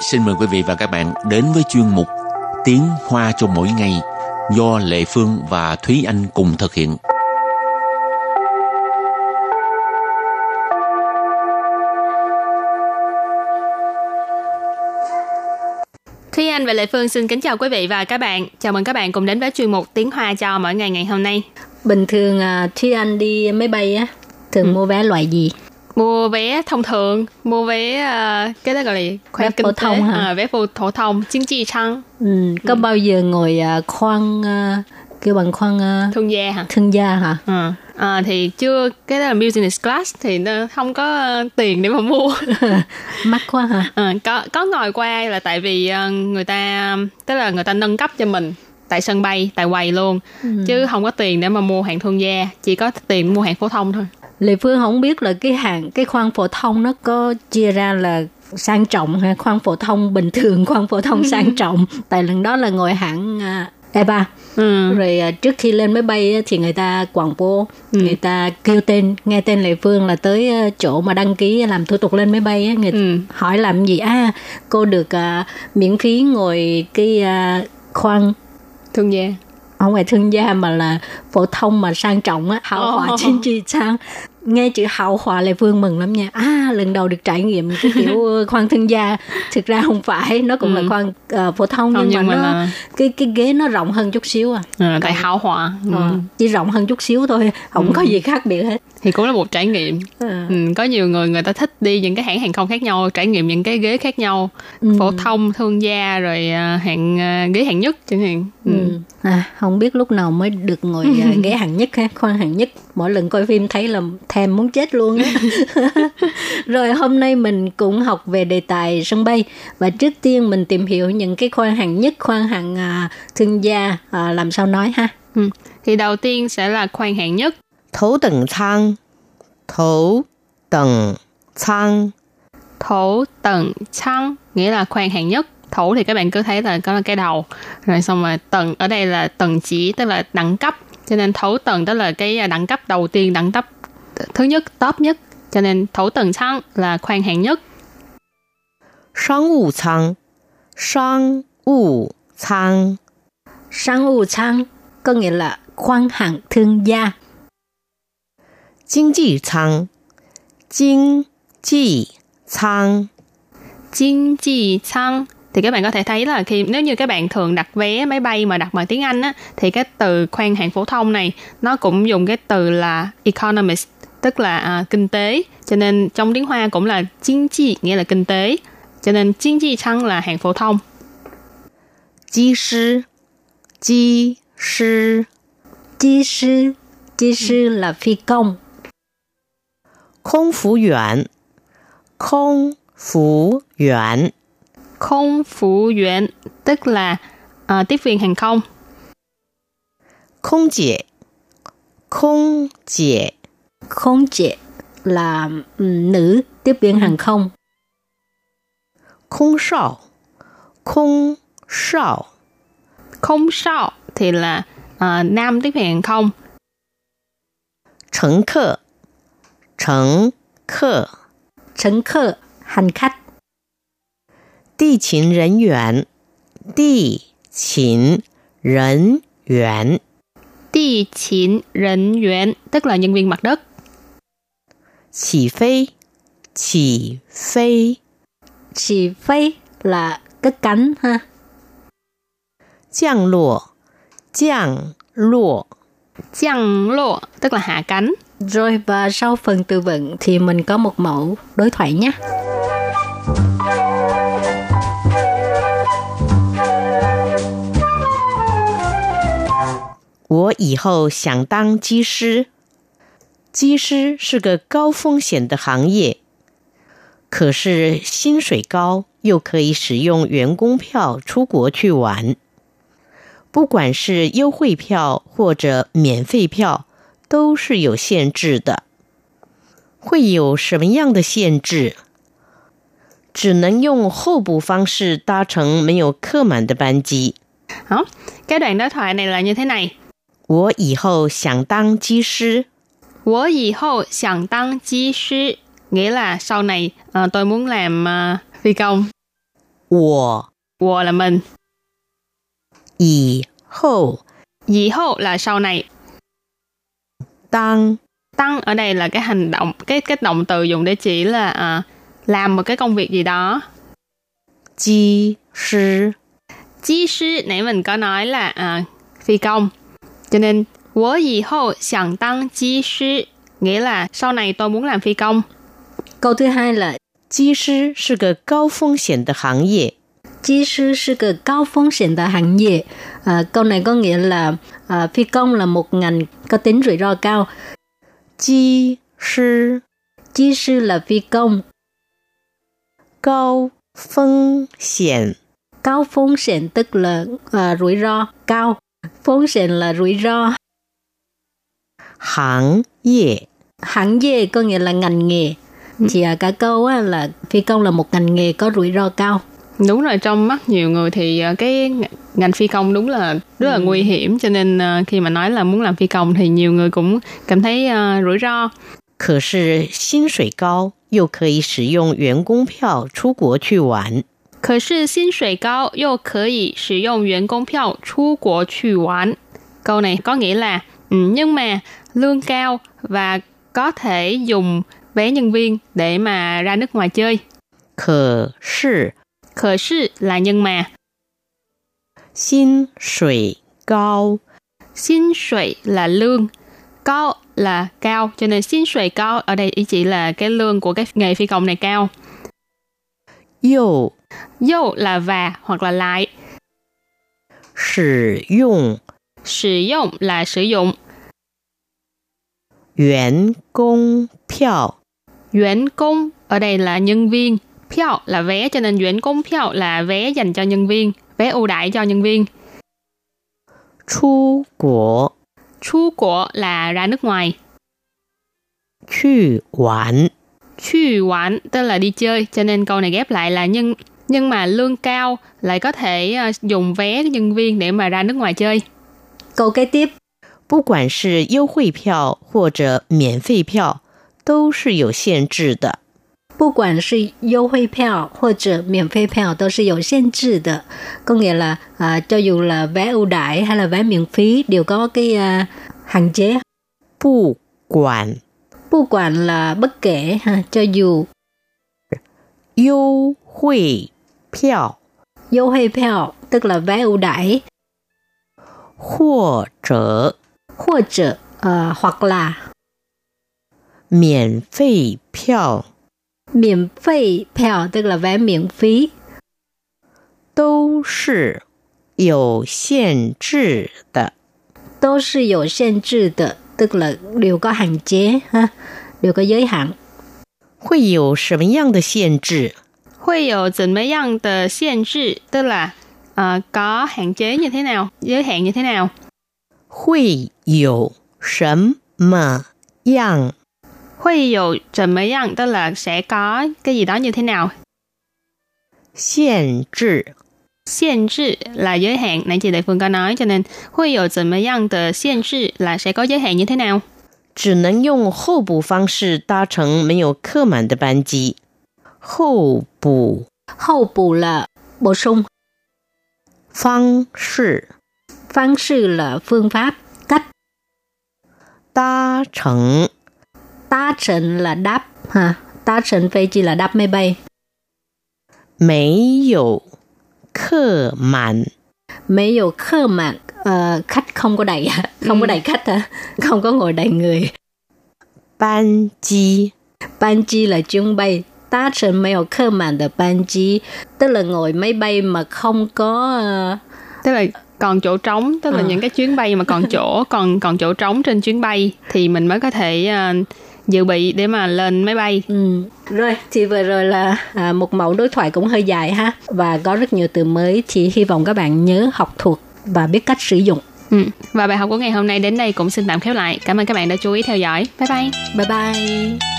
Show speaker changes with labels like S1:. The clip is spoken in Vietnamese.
S1: xin mời quý vị và các bạn đến với chuyên mục Tiếng Hoa cho mỗi ngày do Lệ Phương và Thúy Anh cùng thực hiện.
S2: Thúy Anh và Lệ Phương xin kính chào quý vị và các bạn. Chào mừng các bạn cùng đến với chuyên mục Tiếng Hoa cho mỗi ngày ngày hôm nay.
S3: Bình thường à, Thúy Anh đi máy bay á,
S2: Ừ.
S3: thường mua vé loại gì?
S2: Mua vé thông thường, mua vé ờ, cái đó gọi là khoa
S3: Vé phổ thông hả?
S2: À, vé phổ, phổ thông, chính trị trăng,
S3: Ừ, có bao giờ ngồi à, khoang à, kêu bằng khoang à,
S2: thương gia hả?
S3: thương gia hả?
S2: Ừ. À, thì chưa cái đó là business class thì nó không có ờ, tiền để mà mua
S3: Mắc quá hả?
S2: Ờ, có có ngồi qua là tại vì ờ, người ta tức là người ta nâng cấp cho mình tại sân bay tại quầy luôn
S3: Ừ.
S2: chứ không có tiền để mà mua hàng thương gia chỉ có tiền mua hàng phổ thông thôi
S3: Lệ Phương không biết là cái hàng cái khoang phổ thông nó có chia ra là sang trọng ha, khoang phổ thông bình thường, khoang phổ thông sang trọng. Tại lần đó là ngồi hãng à, E3.
S2: ừ.
S3: Rồi à, trước khi lên máy bay á, thì người ta quảng bố,
S2: Ừ.
S3: người ta kêu tên, nghe tên Lệ Phương là tới à, chỗ mà đăng ký làm thủ tục lên máy bay á, người
S2: Ừ.
S3: hỏi làm gì à cô được à, miễn phí ngồi cái à, khoang
S2: thương gia
S3: ở ngoài thương gia mà là phổ thông mà sang trọng á hào hòa
S2: Ồ.
S3: chính trị sang nghe chữ hào hòa là vương mừng lắm nha à lần đầu được trải nghiệm cái kiểu khoang thương gia thực ra không phải nó cũng
S2: Ừ.
S3: là khoang à, phổ thông
S2: Không,
S3: nhưng,
S2: nhưng
S3: mà,
S2: mà
S3: nó
S2: là-
S3: cái cái ghế nó rộng hơn chút xíu à
S2: Ờ, tại hảo họa ừ.
S3: Ờ, chỉ rộng hơn chút xíu thôi không có gì khác biệt hết
S2: thì cũng là một trải nghiệm
S3: Ờ.
S2: ừ, có nhiều người người ta thích đi những cái hãng hàng không khác nhau trải nghiệm những cái ghế khác nhau
S3: Ừ.
S2: phổ thông thương gia rồi à, hạng à, ghế hạng nhất chẳng hạn ừ.
S3: Ừ. À, không biết lúc nào mới được ngồi à, ghế hạng nhất ha, khoan hạng nhất. Mỗi lần coi phim thấy là thèm muốn chết luôn á. Rồi hôm nay mình cũng học về đề tài sân bay và trước tiên mình tìm hiểu những cái khoan hạng nhất, khoan hạng à, thương gia à, làm sao nói ha.
S2: Ừ. thì đầu tiên sẽ là khoang hạng nhất
S4: 头等舱，头等舱，
S2: thổ tầng trăng nghĩa là khoang hạng nhất thổ thì các bạn cứ thấy là có là cái đầu rồi xong rồi tầng ở đây là tầng chỉ tức là đẳng cấp cho nên thổ tầng tức là cái à, đẳng cấp đầu tiên đẳng cấp thứ nhất top nhất cho nên thổ tầng trăng là khoang hạng nhất
S4: 商务舱，商务舱，
S3: Sang u chang có nghĩa là khoan hạng thương gia.
S4: 经济舱，经济舱，
S2: Jin Ji Chang thì các bạn có thể thấy là khi nếu như các bạn thường đặt vé máy bay mà đặt bằng tiếng Anh á thì cái từ khoang hạng phổ thông này nó cũng dùng cái từ là economist tức là à, kinh tế cho nên trong tiếng Hoa cũng là chính trị nghĩa là kinh tế cho nên chính trị chăng là hạng phổ thông
S4: 机师，机师，
S3: Chi sư, chi sư là phi công.
S4: 空服员，空服员，
S2: không phủ viện tức là à, tiếp viên hàng không
S4: 空姐，空姐，
S3: Khốn trẻ là ừ, nữ tiếp viên hàng không.
S4: 空少，空少。
S2: không sao thì là à, nam tiếp viên hàng không
S4: 乘客，乘客，
S3: Trấn khờ, hành khách.
S4: 地勤人员，地勤人员，
S2: địa chỉ nhân viên tức là nhân viên mặt đất
S4: 起飞，起飞，
S3: chỉ phi là cất cánh ha
S4: 降落，降落，
S2: 降落 tức là hạ cánh
S3: rồi và sau phần từ vựng thì mình có một mẫu đối thoại nhé
S4: 我以后想当机师。机师是个高风险的行业，可是薪水高，又可以使用员工票出国去玩。不管是优惠票或者免费票，都是有限制的。会有什么样的限制？只能用候补方式搭乘没有客满的班机。
S2: Đó. Cái đoạn đối thoại này là như thế này.
S4: 我以后想当机师。
S2: Wo yi hou xiang dang ji shi. Nghĩa là sau này ờ, tôi muốn làm ờ, phi công.
S4: 我
S2: 我là mình
S4: 以后
S2: dì hô là sau này
S4: 当
S2: tăng ở đây là cái hành động cái cái động từ dùng để chỉ là à, làm một cái công việc gì đó
S4: 机师
S2: chi sư nãy mình có nói là à, phi công cho nên wo yi hou xiang tăng chi sư nghĩa là sau này tôi muốn làm phi công
S3: Câu thứ hai là
S4: 机师是个高风险的行业，
S3: Chí sư sư cờ cao phong sản và hạng nhẹ. À, câu này có nghĩa là à, phi công là một ngành có tính rủi ro cao.
S4: 机师
S3: Chí sư là phi công,
S4: 高风险
S3: cao phong sản tức là à, rủi ro cao. Phong sản là rủi ro,
S4: 行业，
S3: hạng nhẹ có nghĩa là ngành nghề. Thì à, cả câu á, là phi công là một ngành nghề có rủi ro cao.
S2: đúng rồi trong mắt nhiều người thì à, cái ng- ngành phi công đúng là rất là nguy hiểm cho nên à, khi mà nói là muốn làm phi công thì nhiều người cũng cảm thấy à, rủi ro
S4: 可是薪水高，又可以使用员工票出国去玩。
S2: 可是薪水高又可以使用员工票出国去玩。Câu này có nghĩa là "Ừ, nhưng mà lương cao và có thể dùng vé nhân viên để mà ra nước ngoài chơi.
S4: 可是
S2: Khởi sự là nhưng mà
S4: 薪水高，
S2: xin suy là lương cao là cao cho nên xin suy cao ở đây ý chỉ là cái lương của cái nghề phi công này cao
S4: 又
S2: dâu là và hoặc là lại
S4: 使用
S2: sử dụng là sử dụng
S4: 员工票。
S2: Yuán công ở đây là nhân viên,票là vé cho nên yuán công票là vé dành cho nhân viên, vé ưu đãi cho nhân viên.
S4: 出国
S2: Chu của là ra nước ngoài,
S4: 去玩，
S2: chu quán tức là đi chơi cho nên câu này ghép lại là nhưng nhưng mà lương cao lại có thể ờ, dùng vé nhân viên để mà ra nước ngoài chơi.
S3: Câu kế tiếp,
S4: 不管是优惠票或者免费票，都是有限制的。
S3: 不管是优惠票或者免费票都是有限制的，có nghĩa là à, cho dù là vé ưu đãi hay là vé miễn phí đều có cái à, hạn chế.
S4: 不管
S3: Bất quản là bất kể ha, cho dù
S4: 优惠票
S3: ưu惠票 tức là vé ưu đãi
S4: 或者
S3: hoặc者 à, hoặc là
S4: 免费票
S3: miễn phí票 tức là vé miễn phí
S4: 都是有限制的。
S3: 都是有限制的 tức là đều có hạn chế ha, đều có giới hạn.
S4: 会有什么样的限制？
S2: Huy ở tình mấy dân tờ xiên trị tức là ờ, có hạn chế như thế nào, giới hạn như thế nào.
S4: 会有什么样
S2: Huy ở tình mấy dân tức là sẽ có cái gì đó như thế nào.
S4: 限制？
S2: Xiên trị là giới hạn, nãy chị Đại Phương có nói cho nên Huy yếu怎么样的限制 là sẽ có giới hạn như thế nào?
S4: 只能用候补方式搭乘没有客满的班机。候补
S3: Hậu bù là bổ sung
S4: 方式
S3: Phương sư là phương pháp, cách
S4: 搭乘
S3: tá trận là đáp ha, tá trận phi chỉ là đáp máy bay,
S4: 没有客满。
S3: mấy dụ khơ mà ờ, khách không có đầy à, không có đầy khách hả, không có ngồi đầy người.
S4: 班机
S3: Ban chi là chuyến bay, tá trận mấy dụ khơ mà là ban chi, tức là ngồi máy bay mà không có ờ,
S2: Tức là còn chỗ trống, tức là
S3: Ờ.
S2: những cái chuyến bay mà còn chỗ, còn còn chỗ trống trên chuyến bay thì mình mới có thể ờ, dự bị để mà lên máy bay.
S3: ừ. Rồi thì vừa rồi là à, một mẫu đối thoại cũng hơi dài ha và có rất nhiều từ mới thì hy vọng các bạn nhớ học thuộc và biết cách sử dụng.
S2: Ừ. Và bài học của ngày hôm nay đến đây cũng xin tạm khép lại. Cảm ơn các bạn đã chú ý theo dõi. Bye bye.
S3: Bye bye.